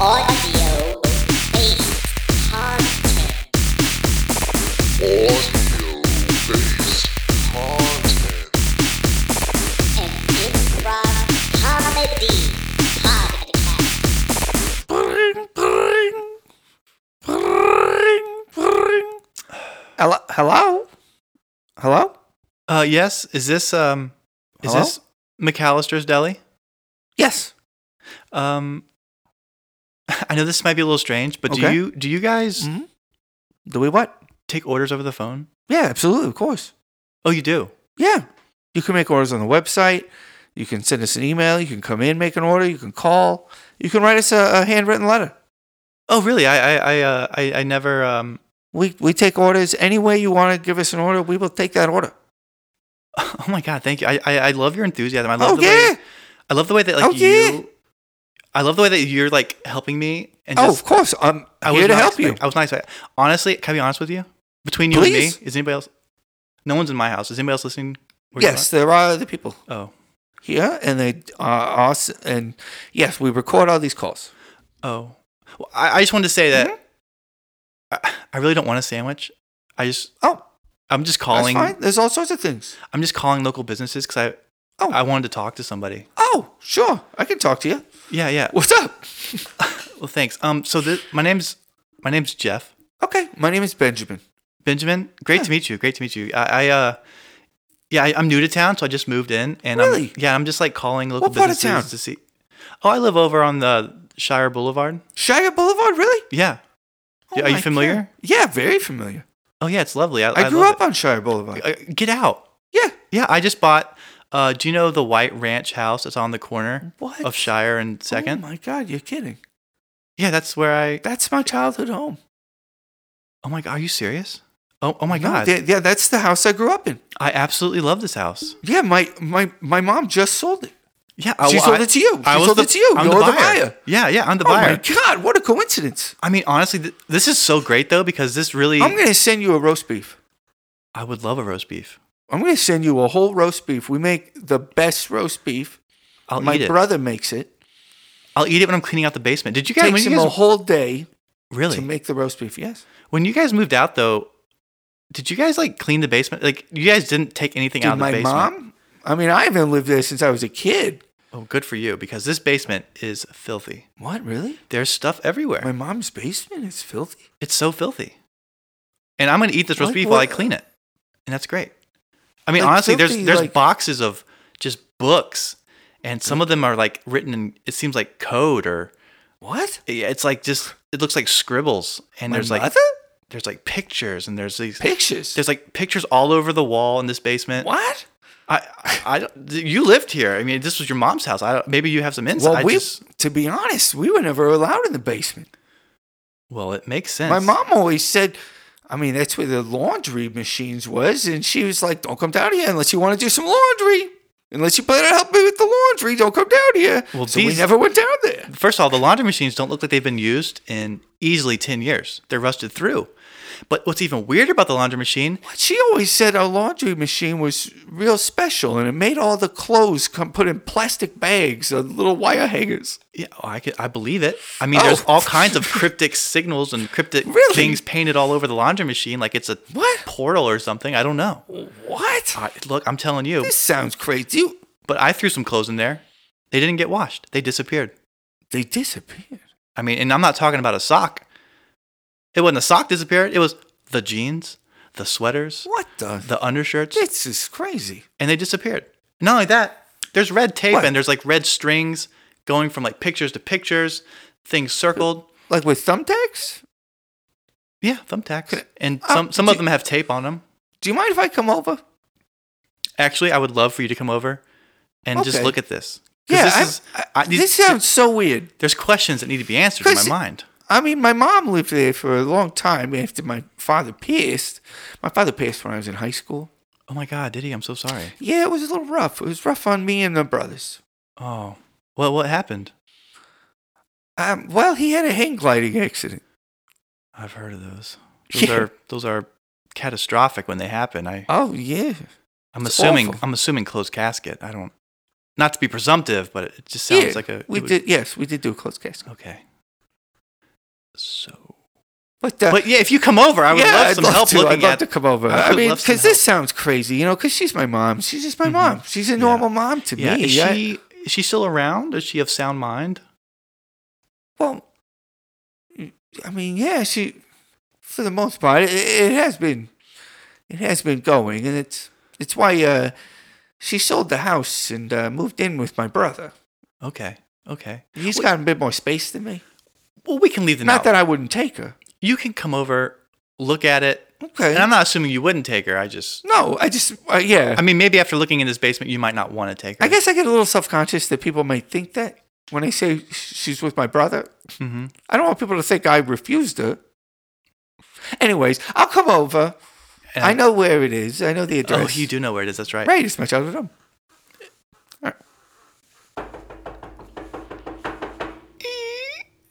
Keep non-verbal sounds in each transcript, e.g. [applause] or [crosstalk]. Audio based content. Audio-based content. An improv comedy podcast. Hello? Hello? Hello? Uh, yes. Is this um, is Hello? this McAllister's Deli? Yes. Um, [laughs] I know this might be a little strange, but do Okay. you do you guys Mm. Do we what? take orders over the phone? Yeah, absolutely, of course. Oh, you do. Yeah. You can make orders on the website. You can send us an email. You can come in, make an order. You can call. You can write us a, a handwritten letter. Oh, really? I I I uh, I, I never um. [laughs] We, we take orders any way you want to give us an order. We will take that order. Oh my God! Thank you. I I, I love your enthusiasm. I love oh the yeah, way I love the way that like Oh, yeah. you. I love the way that you're like helping me and oh just. of course. I'm I was here to not help expect- I was not expect- Honestly, can I be honest with you? Between you Please. and me, is anybody else? No one's in my house. Is anybody else you. listening? where you Yes, there are other people are? Oh. here, and they are us. And yes, we record all these calls. Oh, well, I, I just wanted to say Mm-hmm. that I, I really don't want a sandwich. I just Oh, I'm just that's calling. fine. There's all sorts of things. I'm just calling local businesses because I Oh. I wanted to talk to somebody. Oh, sure. I can talk to you. Yeah, yeah. What's up? Well, thanks. Um, so this, my name's my name's Jeff Okay, my name is Benjamin. Benjamin. Great to meet you. Great to meet you. I, I uh. Yeah, I, I'm new to town, so I just moved in, and I'm, Really? yeah, I'm just like calling local What part of businesses town? to see. Oh, I live over on the Shire Boulevard. Shire Boulevard, really? Yeah. Oh Are you my familiar? God. Yeah, very familiar. Oh, yeah, it's lovely. I, I, I grew love up on Shire Boulevard. it. Uh, Get out. yeah. Yeah, I just bought. Uh, do you know the White Ranch house that's on the corner What? of Shire and Oh Second? my God, you're kidding. yeah, that's where I. That's my childhood home. Oh my god, are you serious? Oh, oh my No, god, th- yeah, that's the house I grew up in. I absolutely love this house. Yeah, my my my mom just sold it. Yeah, I, she well, sold I- it to you. I she was sold the- it to you. I'm you're the buyer. Yeah, yeah, I'm the oh buyer. my God, what a coincidence. I mean, honestly, th- this is so great though because this really. I'm going to send you a roast beef. I would love a roast beef. I'm going to send you a whole roast beef. We make the best roast beef. I'll my eat it. brother makes it. I'll eat it when I'm cleaning out the basement. Did you guys? When Takes you him guys a whole day [laughs] really? to make the roast beef. Yes. when you guys moved out though, did you guys like clean the basement? Like you guys didn't take anything Dude, out of the my basement. mom. I mean, I haven't lived there since I was a kid. Oh, good for you because this basement is filthy. What really? There's stuff everywhere. My mom's basement is filthy. It's so filthy. And I'm gonna eat this roast Like beef while I what? clean it, and that's great. I mean, Like honestly, filthy, there's there's like- Mm. boxes of just books, and some of them are like written in it seems like code or What? yeah, it's like just it looks like scribbles, and My there's like mother? there's like pictures, and there's these pictures. there's like pictures all over the wall in this basement. what? I, I I don't you lived here. I mean, this was your mom's house. I don't, maybe you have some insight. Well, I we just- to be honest, we were never allowed in the basement. well, it makes sense. My mom always said, I mean, that's where the laundry machines was, and she was like, "Don't come down here unless you want to do some laundry. Unless you plan on helping me with the laundry, don't come down here." Well, so we these- never went down there. First of all, the laundry machines don't look like they've been used in easily 10 years. They're rusted through. But what's even weirder about the laundry machine, But she always said our laundry machine was real special, and it made all the clothes come put in plastic bags or little wire hangers. yeah, oh, I, could, I believe it. I mean, Oh. there's all kinds of [laughs] cryptic signals and cryptic Really? things painted all over the laundry machine like it's a What? portal or something. I don't know. What? I, look, I'm telling you, This sounds crazy. You- but I threw some clothes in there. They didn't get washed, they disappeared. They disappeared. I mean, and I'm not talking about a sock. It wasn't a sock disappeared, it was the jeans, the sweaters, What the? the undershirts. This is crazy. and they disappeared. Not only that, there's red tape What? and there's like red strings going from like pictures to pictures, things circled. Like with thumbtacks? Yeah, thumbtacks. And Uh, some some do- of them have tape on them. Do you mind if I come over? Actually, I would love for you to come over and just Okay. look at this. 'Cause Yeah, this, I- is, I- I- these- this sounds so weird. there's questions that need to be answered in my 'Cause- mind. I mean, my mom lived there for a long time after my father passed. My father passed when I was in high school. Oh my god, did he? I'm so sorry. Yeah, it was a little rough. It was rough on me and the brothers. Oh, well, what happened? Um, well, he had a hang gliding accident. I've heard of those. Those are those are catastrophic when they happen. I Oh yeah. I'm It's assuming awful. I'm assuming closed casket. I don't not to be presumptive, but it just sounds Yeah, like a we it would- did yes, we did do a closed casket. Okay. So, But, uh, but yeah, if you come over, I would yeah, love I'd some love help to. looking I'd love at. to come over. I I, would mean, love some because this sounds crazy, you know, because she's my mom. She's just my Mhm. mom. She's a Yeah. normal mom to yeah, me. is I- she is she still around? Is she of sound mind? Well, I mean, yeah, she, for the most part, it, it has been, it has been going, and it's it's why uh, she sold the house and uh, moved in with my brother. Okay, okay. He's got a bit more space than me. Well, we can leave the Not that I wouldn't take her. you can come over, look at it, Okay. and I'm not assuming you wouldn't take her. I just, no, I just uh, yeah. I mean, maybe after looking in his basement, you might not want to take her. I guess I get a little self conscious that people might think that when I say she's with my brother. hmm I don't want people to think I refused her. Anyways, I'll come over. And- I know where it is. I know the address. Oh, you do know where it is. That's right. Right, it's my childhood home.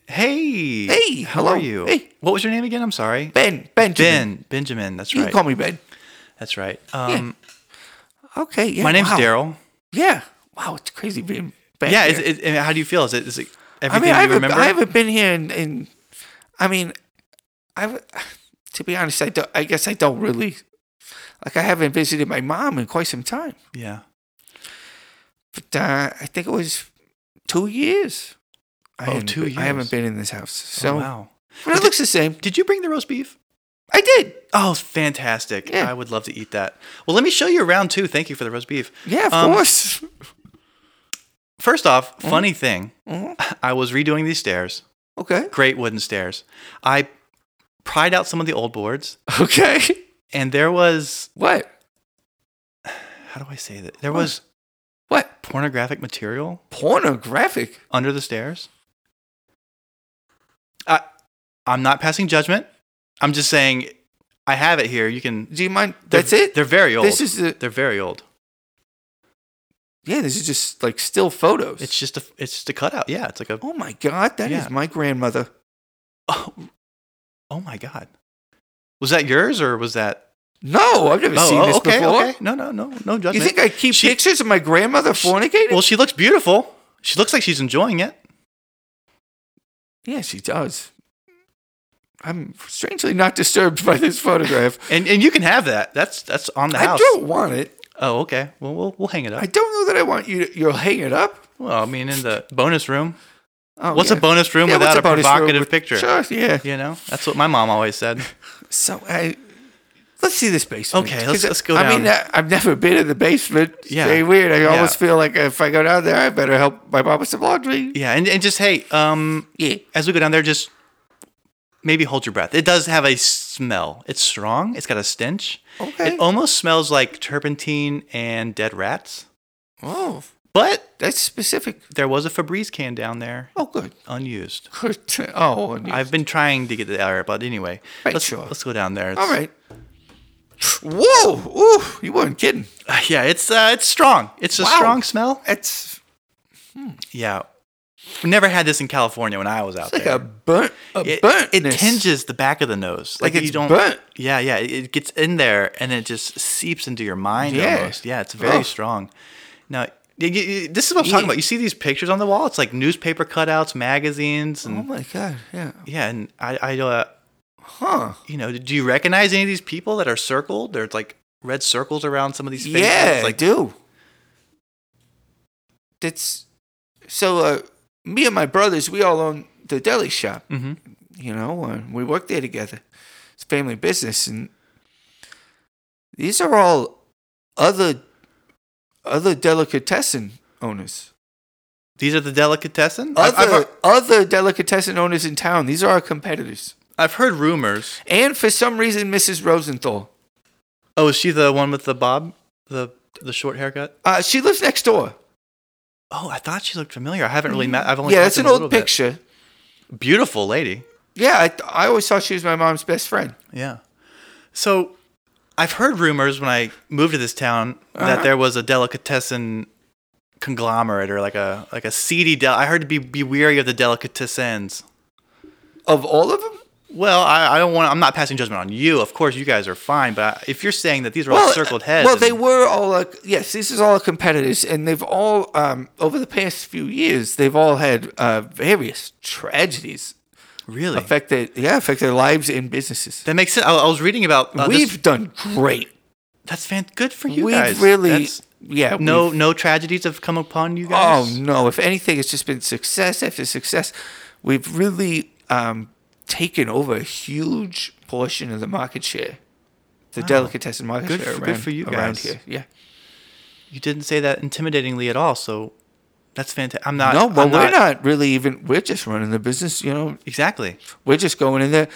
Hey. Hey, How hello. are you? Hey. What was your name again? I'm sorry. Ben, Benjamin. Ben. Benjamin. That's You right. can call me Ben. That's right. Um, Okay. Yeah, my name's wow. Daryl. Yeah. Wow, it's crazy being Ben. Yeah. Is, here. is, and how do you feel? Is it, is it I everything mean, I you haven't, remember? I haven't been here in, in I mean, I, w- to be honest, I, don't, I guess I don't really, like, I haven't visited my mom in quite some time. yeah. But uh, I think it was two years. I Oh, hadn't two been- I haven't years. been in this house. So, oh, wow. but it looks the same. Did you bring the roast beef? I did. Oh, fantastic. Yeah. I would love to eat that. Well, let me show you around too. Thank you for the roast beef. Yeah, of Um, course. First off, Mm-hmm. funny thing, Mhm. I was redoing these stairs, [laughs] Okay. great wooden stairs. I pried out some of the old boards, Okay. and there was, What? how do I say that? Oh. There was What? pornographic material Pornographic? under the stairs. I, I'm not passing judgment. I'm just saying I have it here. You can. Do you mind? they're- That's it. They're very old. This is the they're very old. yeah. This is just like still photos. It's just a it's just a cutout. Yeah, it's like a oh my god, that is Yeah. my grandmother. oh, oh my god. Was that yours or was that? No, I've never Oh, seen oh, this okay, before. okay. No, no, no, no You judgment. think I keep She- pictures of my grandmother fornicating? well, she looks beautiful. She looks like she's enjoying it. yeah, she does. I'm strangely not disturbed by this photograph. And and you can have that. That's that's on [laughs] the I house. don't want it. Oh, okay. Well, we'll we'll hang it up. I don't know that I want you. To, you'll hang it up. well, I mean, in the bonus room. Oh, What's yeah. a bonus room Yeah, what's without a, bonus room provocative with- picture? Sure, yeah. You know, that's what my mom [laughs] always said. So I let's see this basement. Okay, let's- 'Cause let's go I mean, down. I- I've never been in the basement. Yeah. Yeah, very weird. I Yeah. almost feel like if I go down there, I better help my mom with some laundry. Yeah, and, and just hey, um, Yeah, as we go down there, just maybe hold your breath. It does have a smell. It's strong. It's got a stench. Okay. It almost smells like turpentine and dead rats. Oh, But that's specific. there was a Febreze can down there, Oh, good. [laughs] unused. Good. Oh, and you- I've been trying to get it there, but anyway, Right, let's sure. let's go down there. It's- all right. Whoa! Ooh, you weren't kidding. Yeah, it's uh, it's strong. It's a Wow. strong smell. That's Yeah. We never had this in California when I was out it's like there. a burnt, a it, burnt. it tinges the back of the nose. like it's you don't. burnt. Yeah, yeah. It it gets in there and it just seeps into your mind Yeah. Oh. almost. Yeah, it's very Ugh. strong. Now, y- y- y- this is what I'm talking Yeah. about. You see these pictures on the wall? It's like newspaper cutouts, magazines, Oh and my god! Yeah. yeah. And I, I, uh, Huh. you know, do you recognize any of these people that are circled? There's like red circles around some of these faces. Yeah, I like do. That's so. Uh, me and my brothers, we all own the deli shop. Mhm. You know, and we work there together. It's family business, and these are all other other delicatessen owners. these are the delicatessen. I've, uh, Other I've, other delicatessen owners in town. These are our competitors. I've heard rumors. And for some reason, Mrs. Rosenthal, Oh, is she the one with the bob, the the short haircut? uh, she lives next door. Oh, I thought she looked familiar. I haven't really met. I've only Mm-hmm. Yeah, talked it's to an them a little old bit. picture. Beautiful lady. Yeah, I, I always thought she was my mom's best friend. Yeah. So, I've heard rumors when I moved to this town Uh-huh. that there was a delicatessen conglomerate or like a like a seedy. Del- I heard to be be weary of the delicatessens. Of all of them? Well, I, I don't want. I'm not passing judgment on you. Of course, you guys are fine. But I, if you're saying that these are all circled uh, heads, Well, they and- were all like yes, this is all competitors, and they've all um, over the past few years they've all had uh, various tragedies. Really? affect their yeah affect their lives and businesses. that makes sense. I, I was reading about uh, we've this- done great. that's fan- good for you We've guys. really That's- yeah no we've- no tragedies have come upon you oh guys. no if anything it's just been success after success. We've really um, taken over a huge portion of the market share, the delicatessen market Good share for- around, good for you around guys. here. Yeah. You didn't say that intimidatingly at all. So that's fantastic. I'm not. no, but I'm we're not really even. We're just running the business. You know, exactly. we're just going in there.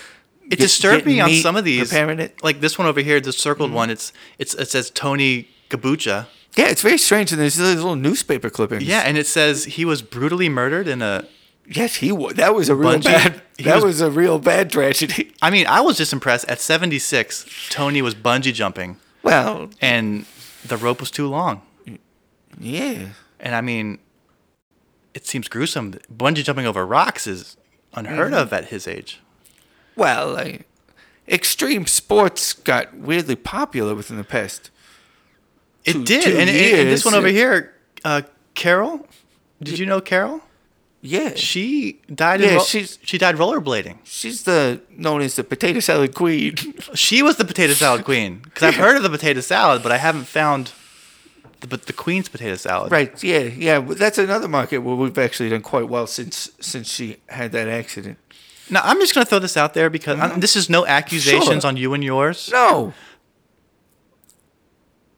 It disturbed me on some of these. Preparing it. Mm-hmm. Like this one over here, the circled one. It's it's it says Tony Gabucha. Yeah, it's very strange. And there's these little newspaper clippings. Yeah, and it says he was brutally murdered in a. Yes, he was. That was a real Bungie- bad. [laughs] he That was, was- a real bad tragedy. I mean, I was just impressed. At 76, Tony was bungee jumping, Well, and the rope was too long. yeah. And I mean, it seems gruesome. Bungee jumping over rocks is unheard Mm-hmm. of at his age. Well, like, extreme sports got weirdly popular within the past. It Two- did. two and, and- and this years, one over yeah. here, uh, Carol. Did you know Carol? Yeah, She died. Yeah, in ro- she's- she died rollerblading. she's the known as the potato salad [laughs] queen. She was the [laughs] potato salad queen because I've heard of the potato salad, but I haven't found the but the queen's potato salad. right? Yeah, yeah. But that's another market where we've actually done quite well since since she had that accident. Now I'm just gonna throw this out there because I'm- this is no accusations Mm-hmm. Sure. on you and yours. No.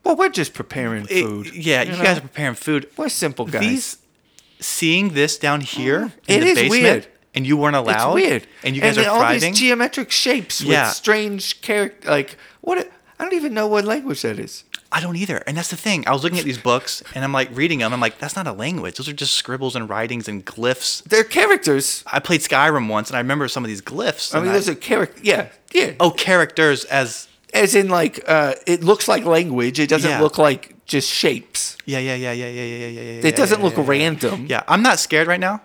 Well, we're just preparing It- food. yeah, you, know? guys are preparing food. We're simple guys. Mm-hmm. These seeing this down here in It the is basement, weird. and you weren't it's allowed. weird. and you guys then are all thriving. these geometric shapes Yeah. with strange character. Like what? I I don't even know what language that is. I don't either. And that's the thing. I was looking at these books and I'm like reading them. I'm like, that's not a language. Those are just scribbles and writings and glyphs. They're characters. I played Skyrim once and I remember some of these glyphs. I and mean, those are character. Yeah, yeah. oh, characters as As in, like, uh, it looks like language. It doesn't Yeah. look like just shapes. yeah, yeah, yeah, yeah, yeah, yeah, yeah, yeah. It doesn't look random. Yeah, I'm not scared right now,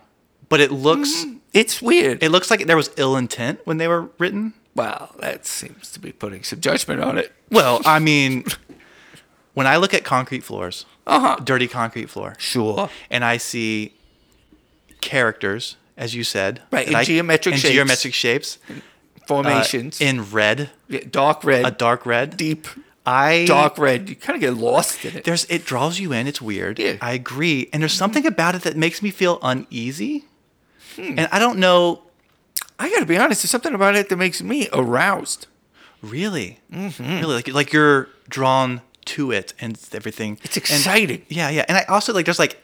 but it looks Mm-hmm. It's weird. it looks like there was ill intent when they were written. well, that seems to be putting some judgment on it. Well, [laughs] I mean, when I look at concrete floors, uh-huh. dirty concrete floor, Sure. and I see characters, as you said, Right, that in I- geometric in shapes. geometric shapes, uh, Formations. in red, Yeah, dark red. a dark red. deep I dark red. You kind of get lost in it. There's it draws you in. It's weird. Yeah. Mm-hmm. I agree, and there's something about it that makes me feel uneasy, Hmm. and I don't know I got to be honest. There's something about it that makes me aroused. really, Mm-hmm. really like like you're drawn to it and everything. It's And- exciting. yeah, yeah, and I also like there's like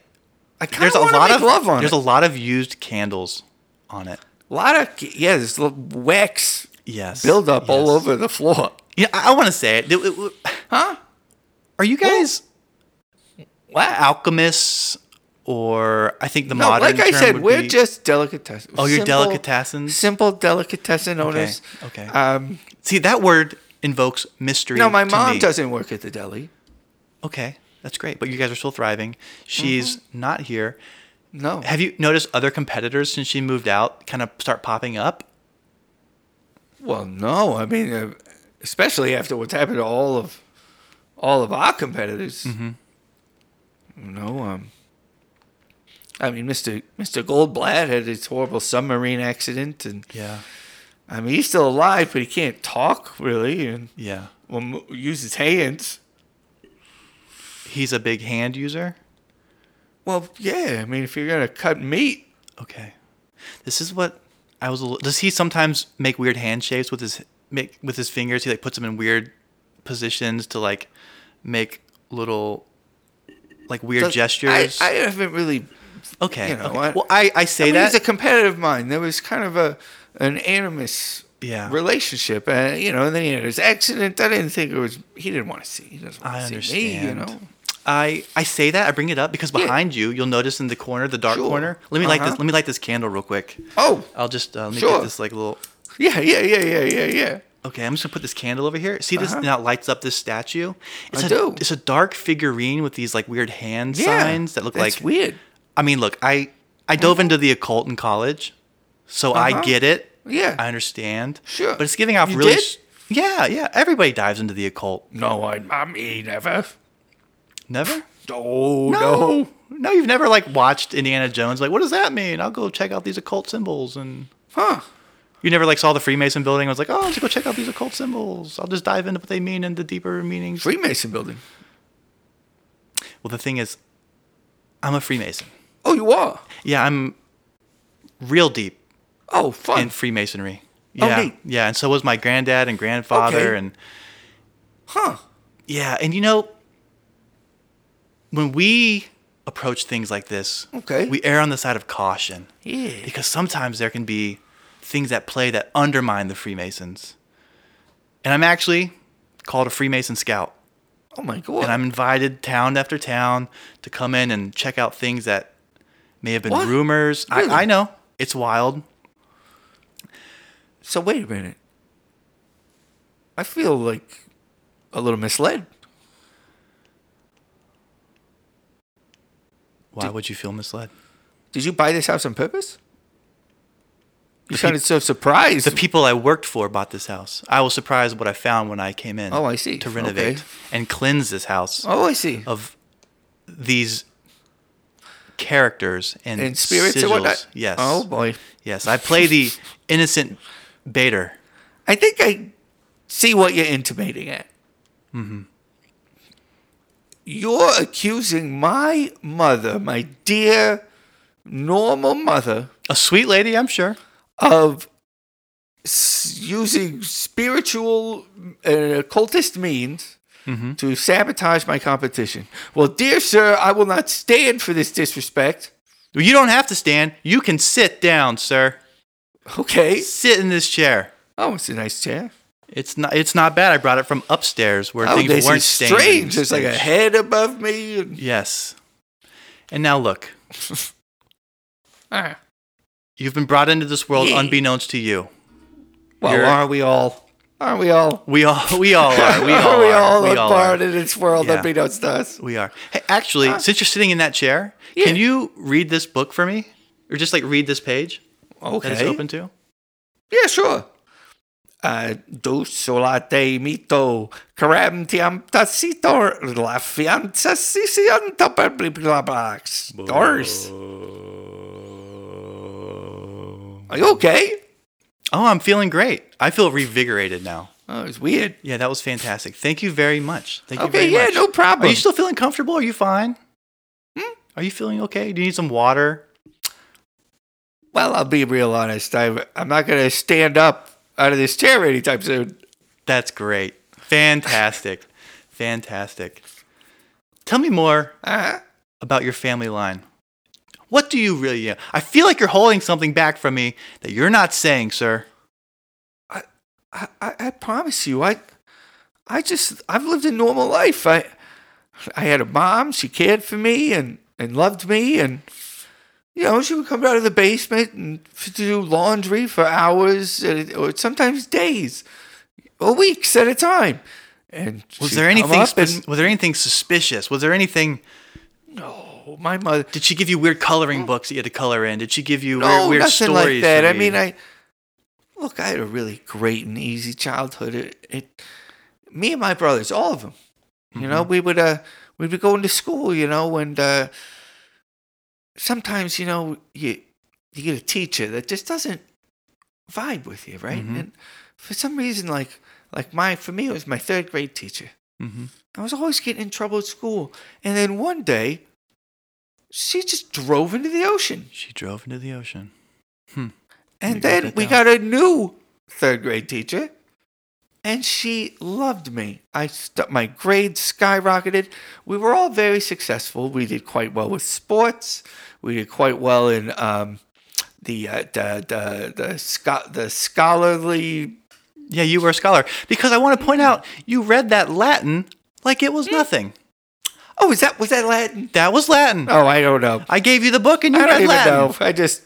I kind there's of a lot make of love on there's it. a lot of used candles on it. A lot of yeah, there's little wax Yes, build up all yes. over the floor. Yeah, I, want to say it. It- it- Huh? Are you guys Wow. alchemists or I think the No, modern like I term said, would we're be- just delicatessen. Oh, you're Simple- delicatessens? Simple delicatessen owners. okay. Um, see that word invokes mystery. no, my to mom me. doesn't work at the deli. Okay, that's great. But you guys are still thriving. She's Mm-hmm. not here. No. Have you noticed other competitors since she moved out kind of start popping up? well, no. I mean, uh, especially after what's happened to all of all of our competitors. No. Um. I mean, Mister Mister Goldblatt had his horrible submarine accident, and Yeah. I mean, he's still alive, but he can't talk really, and Yeah. will mo- use his hands. He's a big hand user. Well, yeah. I mean, if you're gonna cut meat, Okay. This is what I was. A little, does he sometimes make weird handshapes with his make with his fingers? He like puts them in weird positions to like make little like weird Does- gestures. I, I haven't really. okay. you know, okay. I- well, I I say I mean, that. he's a competitive mind. There was kind of a an animus Yeah. relationship, and you know, and then he had his accident. I didn't think it was. He didn't want to see. He doesn't want I to see me. You understand. know. I I say that I bring it up because behind you you'll notice in the corner the dark Sure. corner. Let me light Uh-huh. this. Let me light this candle real quick. Oh I'll just uh, let me Sure. get this like little. yeah, yeah, yeah, yeah, yeah, yeah. Okay, I'm just gonna put this candle over here. See this now lights up this statue. It's Uh-huh. I a do. it's a dark figurine with these like weird hand Yeah, signs that look that's like weird. I mean, look, I I dove into the occult in college, so I get it. Uh-huh. Yeah. I understand. Sure. but it's giving off You really. did? s- Yeah, yeah. Everybody dives into the occult. No, I, I mean, never. Never. Oh no. No, you've never like watched Indiana Jones. Like, what does that mean? I'll go check out these occult symbols and huh? you never like saw the Freemason building. I was like, oh, let's go check out these occult symbols. I'll just dive into what they mean and the deeper meanings. Freemason building. Well, the thing is, I'm a Freemason. Oh, you are. Yeah, I'm real deep Oh, fun. in Freemasonry. Oh, Yeah, neat. yeah, and so was my granddad and grandfather, Okay. and huh? yeah, and you know, when we approach things like this, Okay. we err on the side of caution. Yeah. because sometimes there can be things at play that undermine the Freemasons. And I'm actually called a Freemason scout, Oh my god. and I'm invited town after town to come in and check out things that may have been What? rumors. Really? I, I know it's wild. so wait a minute. I feel like a little misled. Why would you feel misled? Did you buy this house on purpose? You sounded so surprised. The people I worked for bought this house. I was surprised what I found when I came in. Oh, I see. To renovate Okay. and cleanse this house oh, I see. of these characters and, and spirits sigils. and whatnot. Yes. Oh boy. Yes, I play the innocent Bader. I think I see what you're intimating at. Mm-hmm. You're accusing my mother, my dear, normal mother, A sweet lady, I'm sure. of s- using spiritual and occultist means Mm-hmm. to sabotage my competition. Well, dear sir, I will not stand for this disrespect. You don't have to stand. You can sit down, sir. Okay. Sit in this chair. Oh, it's a nice chair. It's not. It's not bad. I brought it from upstairs where Oh, things this weren't is standing. strange. There's like a head above me. And, Yes. And now look, Ah. you've been brought into this world Yeah. unbeknownst to you. Well, You're- aren't we all? Aren't we all? We all. [laughs] We [laughs] all are. We all. we are. all we a all part are. of this world Yeah. unbeknownst to us? We are. Hey, actually, since you're sitting in that chair, can Yeah. you read this book for me, or just like read this page that it's Okay. open to? Yeah, sure. Uh, do solate mito caram tiam tacitor la fianza si sienta per bli bla bla stars. Are you okay? Oh, I'm feeling great. I feel revigorated now. Oh, it's weird. Yeah, that was fantastic. Thank you very much. Thank you okay, very yeah, much. no Are problem. you still feeling comfortable? Are you fine? Hmm? Are you feeling okay? Do you need some water? well, I'll be real honest. I, I'm not going to stand up out of this chair anytime soon. That's great. [laughs] Fantastic. fantastic. Tell me more Uh, about your family line. What do you really I feel like you're holding something back from me that you're not saying, sir. I, I, I promise you, I, I just, I've lived a normal life. I, I had a mom. She cared for me and, and loved me. And, you know, she would come down to the basement and f- to do laundry for hours and, or sometimes days or weeks at a time. And Was she'd there come anything up spec- was there anything suspicious? Was there anything and, oh, my mother, did she give you weird coloring books that you had to color in? Did she give you Mm. no, weird, weird nothing stories? like that. to I read? mean, I look. I had a really great and easy childhood. It, it me and my brothers, all of them. You Mm-hmm. know, we would uh, we'd be going to school. You know, and uh, sometimes you know you you get a teacher that just doesn't vibe with you, right? Mm-hmm. And for some reason, like like my for me, it was my third grade teacher. Mhm. I was always getting in trouble at school, and then one day. She just drove into the ocean. She drove into the ocean. And You got then that we down. got a new third grade teacher, and she loved me. I st- my grades skyrocketed. We were all very successful. We did quite well with sports. We did quite well in um, the, uh, the the the scho- the scholarly. Yeah, you were a scholar. Because I want to point out, you read that Latin like it was nothing. Oh, is that was that Latin? That was Latin. Oh, I don't know. I gave you the book and you I don't read even Latin. know. I just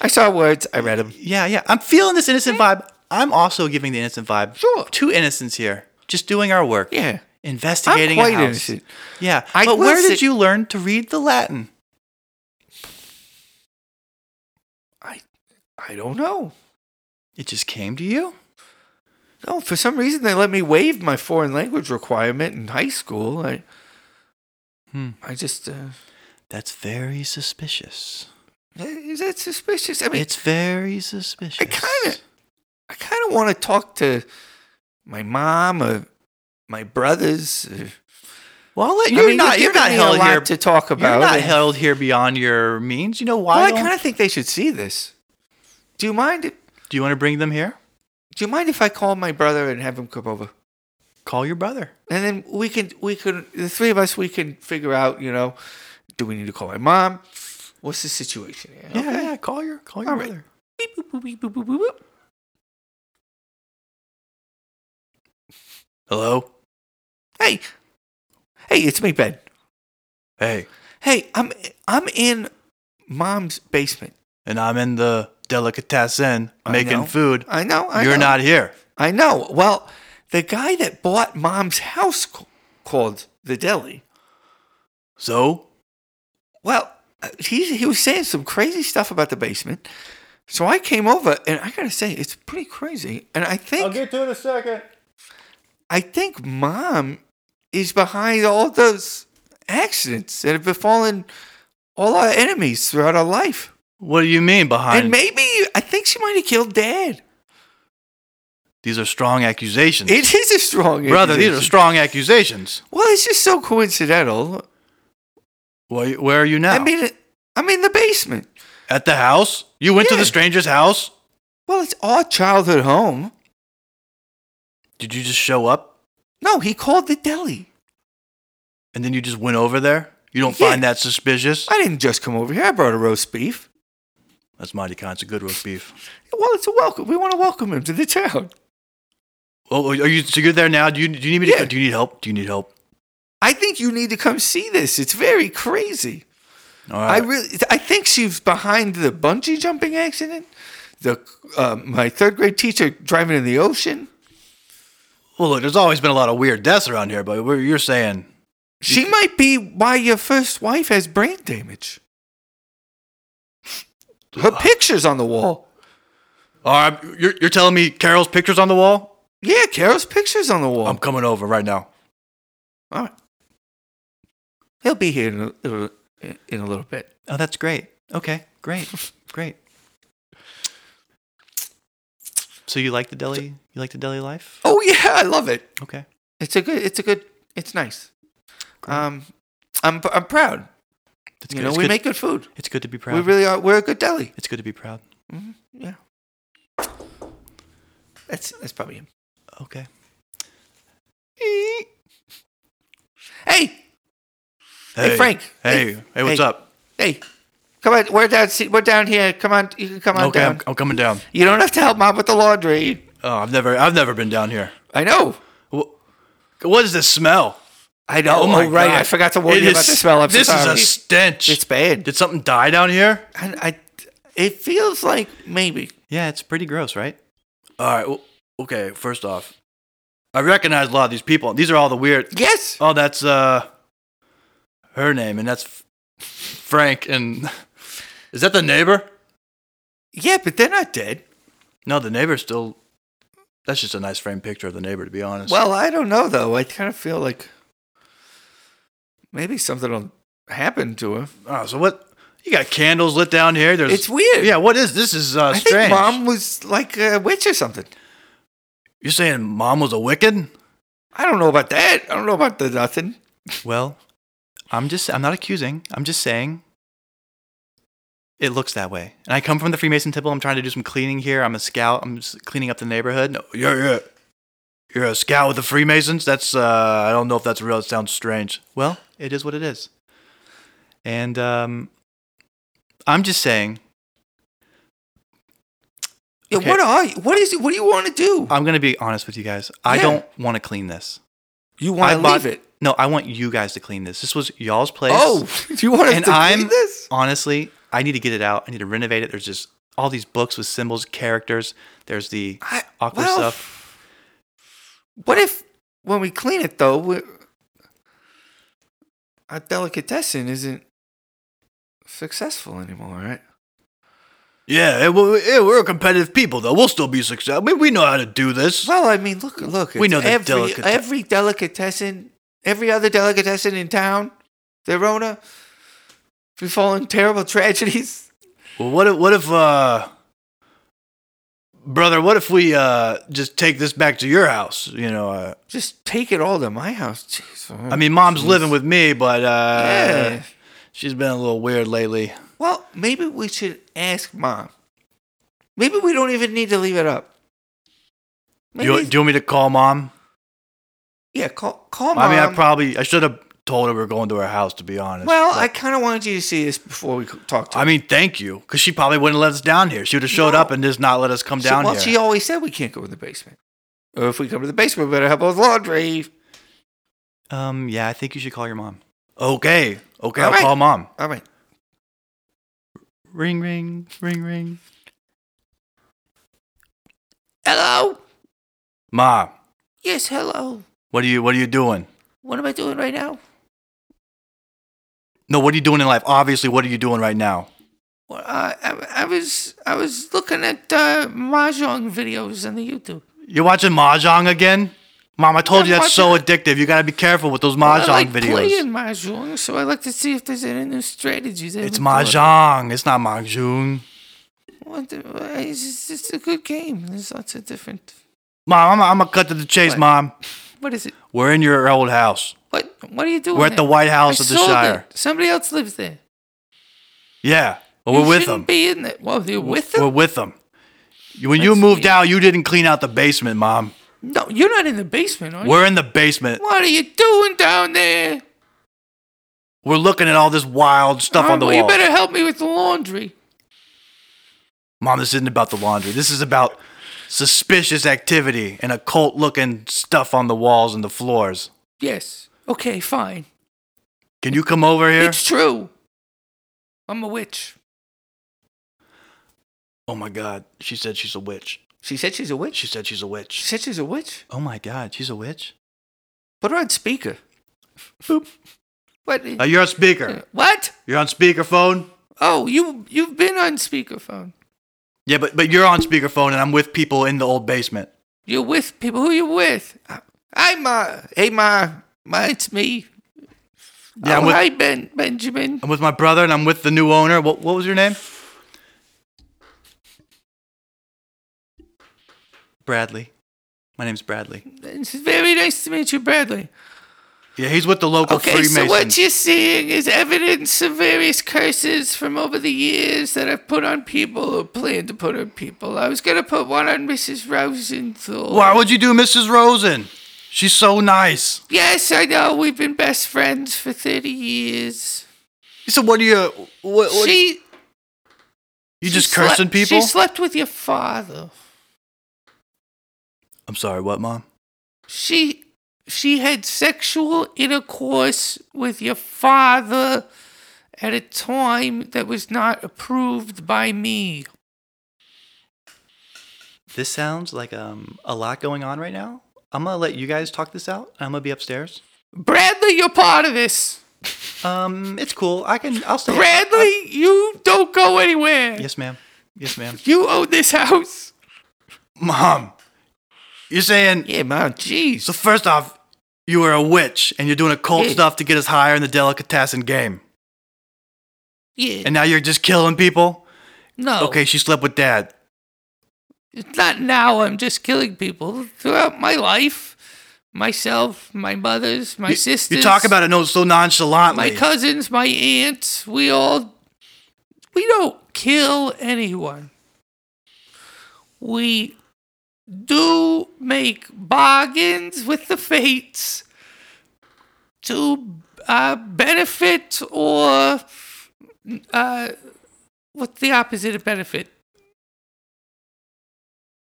I saw words. I read them. Yeah, yeah. I'm feeling this innocent vibe. I'm also giving the innocent vibe. Sure. Two innocents here, just doing our work. Yeah, I'm Investigating quite a house. innocent. Yeah. I but will where did say- you learn to read the Latin? I I don't know. It just came to you? No, for some reason they let me waive my foreign language requirement in high school. I, Hmm. I just uh, That's very suspicious. is that suspicious? I mean, It's very suspicious. I kind of don't want to talk to my mom or my brothers. Uh, or- Well, I'll let- I you're mean, not. You're, giving not me held a lot here. to talk about. you're not and- held here beyond your means. You know why? well, I don't- kind of think they should see this. Do you mind? Do Do you want to bring them here? you mind if I call my brother and have him come over? Call your brother. and then we can we can the three of us we can figure out you know do we need to call my mom what's the situation here? Yeah, Okay. yeah. Call your call your All right. brother. Beep, boop, boop, beep, boop, boop, boop, boop. Hello. hey hey it's me ben Hey, hey i'm i'm in mom's basement and I'm in the delicatessen I making know. food. i know I you're know. not here. i know well the guy that bought mom's house c- called the deli So well uh, he, he was saying some crazy stuff about the basement so i came over and i gotta say it's pretty crazy and i think to it in a second. I think mom is behind all those accidents that have befallen all our enemies throughout our life. What do you mean behind? and maybe I think she might have killed dad. these are strong accusations, It is a strong brother. These are accusation. strong accusations. Well, it's just so coincidental. Why, where are you now? I mean, it- I'm in the basement. at the house. You went to Yeah. the stranger's house. Well, it's our childhood home. Did you just show up No, he called the deli. and then you just went over there? You don't Yeah. find that suspicious? I didn't just come over here. I brought a roast beef. That's mighty kind. It's a good roast beef. Well, it's a welcome. We want to welcome him to the town. Oh, are you? So you're there now? Do you? Do you need me to? Yeah. Do you need help? Do you need help? I think you need to come see this. It's very crazy. All I right. really, I think she's behind the bungee jumping accident. The uh, my third grade teacher driving in the ocean. well, look. There's always been a lot of weird deaths around here, but we're, you're saying She might be why your first wife has brain damage. Her picture's on the wall. All right, you're, you're telling me Carol's picture's on the wall? Yeah, Carol's picture's on the wall. I'm coming over right now. All right, he'll be here in a little, in a little bit. Oh, that's great. Okay, great, great. So you like the deli? You like the deli life? Oh yeah, I love it. Okay. It's a good. It's a good. It's nice. Great. Um, I'm I'm proud. It's You good. know, it's we good. make good food. It's good to be proud. We really are. We're a good deli. It's good to be proud. Yeah. That's that's probably him. Okay. Hey, Hey, Frank. Hey, Hey, hey, what's hey. up? hey, come on. We're down. see- We're down here. Come on. You can come on okay, down. I'm, I'm coming down. you don't have to help mom with the laundry. Oh, I've never, I've never been down here. I know. Wh- What is this smell? I know. Oh, right. I forgot to warn It you about is- the smell. I'm so this sorry. is a stench. it's bad. Did something die down here? I, I, it feels like maybe. Yeah, it's pretty gross, right? All right. Well, okay. First off, I recognize a lot of these people. These are all the weird. Yes. Oh, that's uh, her name, and that's F- Frank. And [laughs] is that the neighbor? Yeah, but they're not dead. No, the neighbor's still. That's just a nice frame picture of the neighbor, to be honest. Well, I don't know though. I kind of feel like maybe something will happen to her. oh, so what? You got candles lit down here. There's. It's weird. Yeah. What is this? Is uh, I strange. think mom was like a witch or something. You're saying mom was a Wiccan? I don't know about that. I don't know about the nothing. Well, I'm just I'm not accusing. I'm just saying it looks that way. And I come from the Freemason Temple. I'm trying to do some cleaning here. I'm a scout. I'm just cleaning up the neighborhood. No, you're you're, you're a scout with the Freemasons. That's uh I don't know if that's real. It sounds strange. Well, it is what it is. And um I'm just saying Yeah, Okay. Uh, What are you? What is it? What do you want to do? I'm going to be honest with you guys. I Yeah. don't want to clean this. you I want to bought- leave it? No, I want you guys to clean this. This was y'all's place. Oh, [laughs] you want us and to I'm- leave this? honestly, I need to get it out. I need to renovate it. There's just all these books with symbols, characters. There's the I, awkward well, stuff. What if when we clean it though, we our delicatessen isn't successful anymore, right? Yeah, eh, well, yeah, we're a competitive people, though. We'll still be successful. We, we know how to do this. Well, I mean, look, look. We it's know the every, delicate- every delicatessen, every other delicatessen in town, their owner, befallen terrible [laughs] tragedies. Well, what if what if uh, brother, what if we uh, just take this back to your house? You know, uh, Just take it all to my house. Jeez. oh, I mean, mom's jeez. living with me, but uh, Yeah. she's been a little weird lately. Well, maybe we should ask mom. Maybe we don't even need to leave it up. Do Maybe, you, do you want me to call mom? yeah, call call mom. I mean, I probably I should have told her we are going to her house. To be honest. well, but- I kind of wanted you to see this before we c- talked to her. I mean, thank you, because she probably wouldn't let us down here. She would have showed No. up and just not let us come She- down well, here. she always said we can't go in the basement. Or if we come to the basement, we better have both laundry. um, yeah, I think you should call your mom. Okay, okay, I'll All right. call mom. All right. Ring, ring, ring, ring. Hello. Ma, Yes, hello. what are you, what are you doing? What am I doing right now? No, what are you doing in life? Obviously, what are you doing right now? Well, I, I, I was I was looking at uh, mahjong videos on the YouTube. You're watching mahjong again, Mom. I told I'm you that's so addictive. You gotta be careful with those Well, mahjong I like videos. playing mahjong, so I like to see if there's any new strategies. I It's haven't thought of. mahjong. It's not mahjong. What the, uh, it's, just, it's a good game. There's lots of different. Mom, I'm, I'm gonna cut to the chase, What? Mom. What is it? We're in your old house. What What are you doing? We're at the there? White I House of the sold Shire. It. Somebody else lives there. Yeah, but You we're with shouldn't them. Be in there. Well, you're with them. We're with them. When you That's moved weird. out, you didn't clean out the basement, Mom. no, you're not in the basement, are you? We're in the basement. What are you doing down there? We're looking at all this wild stuff All on the right, well, wall. You better help me with the laundry. Mom, this isn't about the laundry. This is about suspicious activity and occult looking stuff on the walls and the floors. Yes. Okay, fine. Can you come over here? It's true. I'm a witch. Oh my God. She said she's a witch. She said she's a witch. She said she's a She witch. said she's a witch. Oh my God. She's a witch? Put her on speaker. Boop. What? Uh, you're on speaker. what? You're on speakerphone? Oh, you you've been on speakerphone. Yeah, but, but you're on speakerphone and I'm with people in the old basement. You're with people. Who are you with? Uh, Hi, Ma. Hey, Ma. Ma, it's me. Yeah, oh, I'm with, hi, Ben Benjamin. I'm with my brother and I'm with the new owner. What, what was your name? Bradley. My name's Bradley. It's very nice to meet you, Bradley. Yeah, he's with the local Okay, so Freemason. what you're seeing is evidence of various curses from over the years that I've put on people or planned to put on people. I was gonna put one on Mrs. Rosenthal. Why would you do Mrs. Rosen? She's so nice. Yes, I know. We've been best friends for thirty years. So what are you? What, what she you she just slept- cursing people? She slept with your father. I'm sorry. What, mom? She she had sexual intercourse with your father at a time that was not approved by me. This sounds like um a lot going on right now. I'm gonna let you guys talk this out. I'm gonna be upstairs. Bradley, you're part of this. Um, it's cool. I can. I'll stay. Bradley, you don't go anywhere. yes, ma'am. Yes, ma'am. You own this house. Mom, you're saying Yeah, man. Jeez. so? First off, you are a witch, and you're doing occult Yeah. stuff to get us higher in the delicatessen game, Yeah. Oh. and now you're just killing people. no. Okay, she slept with dad. It's not now. I'm just killing people throughout my life. Myself, my mother's, my You- sisters. You talk about it no, so nonchalantly. my cousins, my aunts. We all. We don't kill anyone. We do make bargains with the fates to uh, benefit or. Uh, what's the opposite of benefit?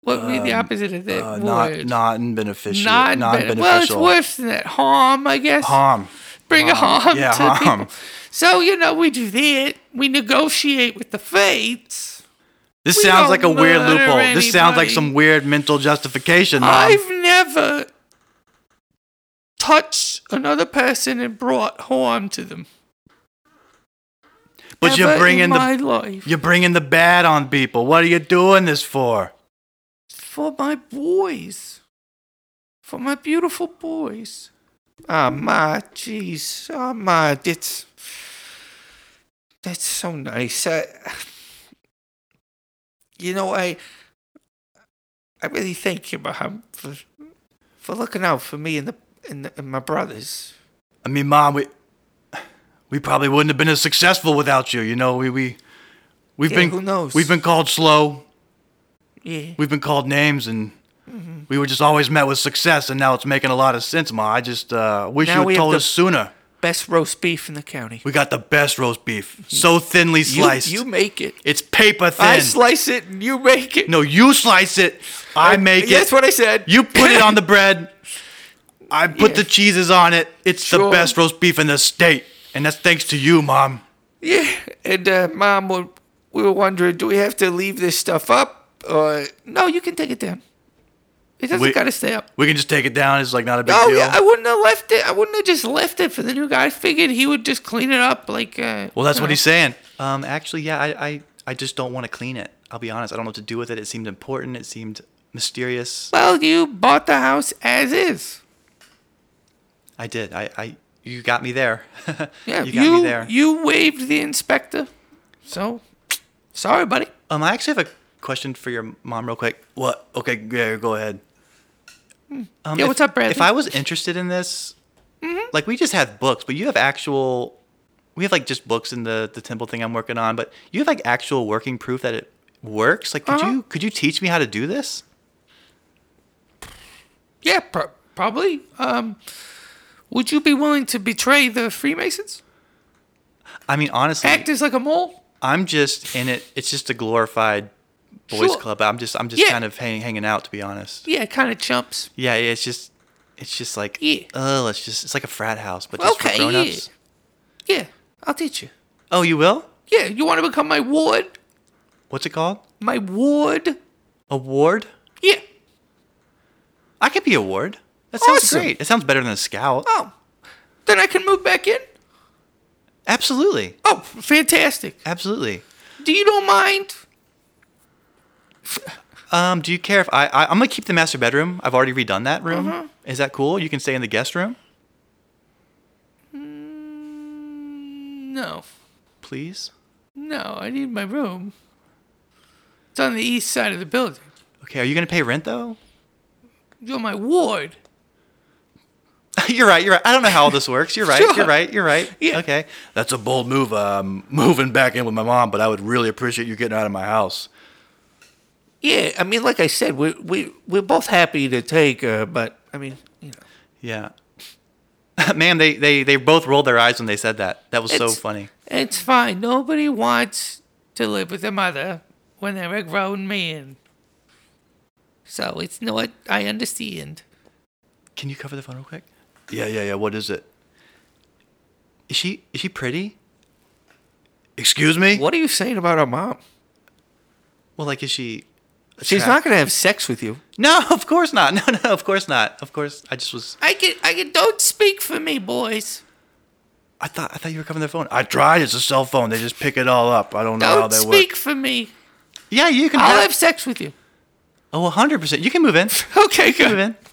What would be the Um, opposite of that? Uh, word? not non beneficial. Non-ben- Non Well, it's beneficial. worse than that. Harm, I guess harm. bring a harm Um, Yeah, uh-huh. to harm. people. So you know, we do that. We negotiate with the fates. This We sounds don't like a weird murder loophole. This sounds like anybody. some weird mental justification. Mom. I've never touched another person and brought harm to them. but you're Ever bringing in the my life you're bringing the bad on people. What are you doing this for? for my boys, for my beautiful boys. Ah, ma, jeez, ah, ma, that's that's so nice. I, you know, I I really thank you, Mom, for for looking out for me and the and, the, and my brothers. I mean, Mom, we we probably wouldn't have been as successful without you. You know, we we we've Yeah, been who knows? we've been called slow, Yeah. we've been called names, and Mm-hmm. we were just always met with success. And now it's making a lot of sense, Ma. I just uh, wish Now you we have had told the- us sooner. Best roast beef in the county. We got the best roast beef, so thinly sliced. You, you make it. it's paper thin. I slice it and you make it. no, you slice it. Uh, I make it. That's what I said. You [laughs] put it on the bread. I put Yeah. the cheeses on it. It's Sure. the best roast beef in the state. And that's thanks to you, Mom. Yeah, and uh, mom, we- we were wondering, do we have to leave this stuff up? Or no, you can take it down. It doesn't We- gotta stay up. We can just take it down. It's like not a big Oh deal. yeah, I wouldn't have left it. I wouldn't have just left it for the new guy. I figured he would just clean it up, like. Uh, well, that's what you he's saying. Um, actually, yeah, I, I, I just don't want to clean it. I'll be honest. I don't know what to do with it. It seemed important. It seemed mysterious. know. Well, you bought the house as is. I did. I, I you got me there. [laughs] Yeah, you got me there. you waived the inspector, so sorry, buddy. Um, I actually have a question for your mom, real quick. What? Okay, yeah, go ahead. Um, Hmm. Yeah, if- what's up, Mm-hmm. Bradley? If I was interested in this, like we just have books, but you have actual. We have like just books in the the temple thing I'm working on, but you have like actual working proof that it works. Like, could Uh-huh. you could you teach me how to do this? Yeah, pro- probably. Um, would you be willing to betray the Freemasons? I mean, honestly, Act as like a mole. I'm just in it. It's just a glorified boys Sure. club. I'm just I'm just Yeah. kind of hang, hanging out, to be honest. Yeah, kind of chumps. Yeah, it's just it's just like Yeah. oh, it's just it's like a frat house, but just Okay, for grown ups. yeah. Yeah, I'll teach you. Oh, you will? Yeah, you want to become my ward? What's it called? My ward? A ward? Yeah. I could be a ward. That sounds Awesome. great. It sounds better than a scout. Oh, then I can move back in? Absolutely. Oh, fantastic. Absolutely. Do you don't mind? Um, do you care if I, I I'm gonna keep the master bedroom. I've already redone that room. Mm-hmm. Is that cool? You can stay in the guest room, No. please. No, I need my room. It's on the east side of the building. Okay, are you gonna pay rent though? [laughs] You're my ward. you're right, you're right. I don't know how all this works. You're right, Sure. you're right, you're right. Yeah. Okay. That's a bold move. Um moving back in with my mom, but I would really appreciate you getting out of my house. Yeah, I mean, like I said, we we we're both happy to take, uh, but I mean, you know, Yeah. [laughs] Ma'am, they, they they both rolled their eyes when they said that. That was so It's- funny. it's fine. Nobody wants to live with their mother when they're a grown man. So it's not. I understand. Can you cover the phone real quick? Yeah, yeah, yeah. What is it? Is she is she pretty? Excuse me? What are you saying about our mom? Well, like is she She's not gonna have sex with you. No, [laughs] of course not. No, no, of course not. Of course. I just was I can. I can. Don't speak for me, boys. I thought I thought you were covering their phone. I tried. It's a cell phone. They just pick it all up. I don't know how Don't they speak work. for me. Yeah, you can I'll have, have sex with you. Oh, 100%. You can move in. [laughs] Okay, You can move in.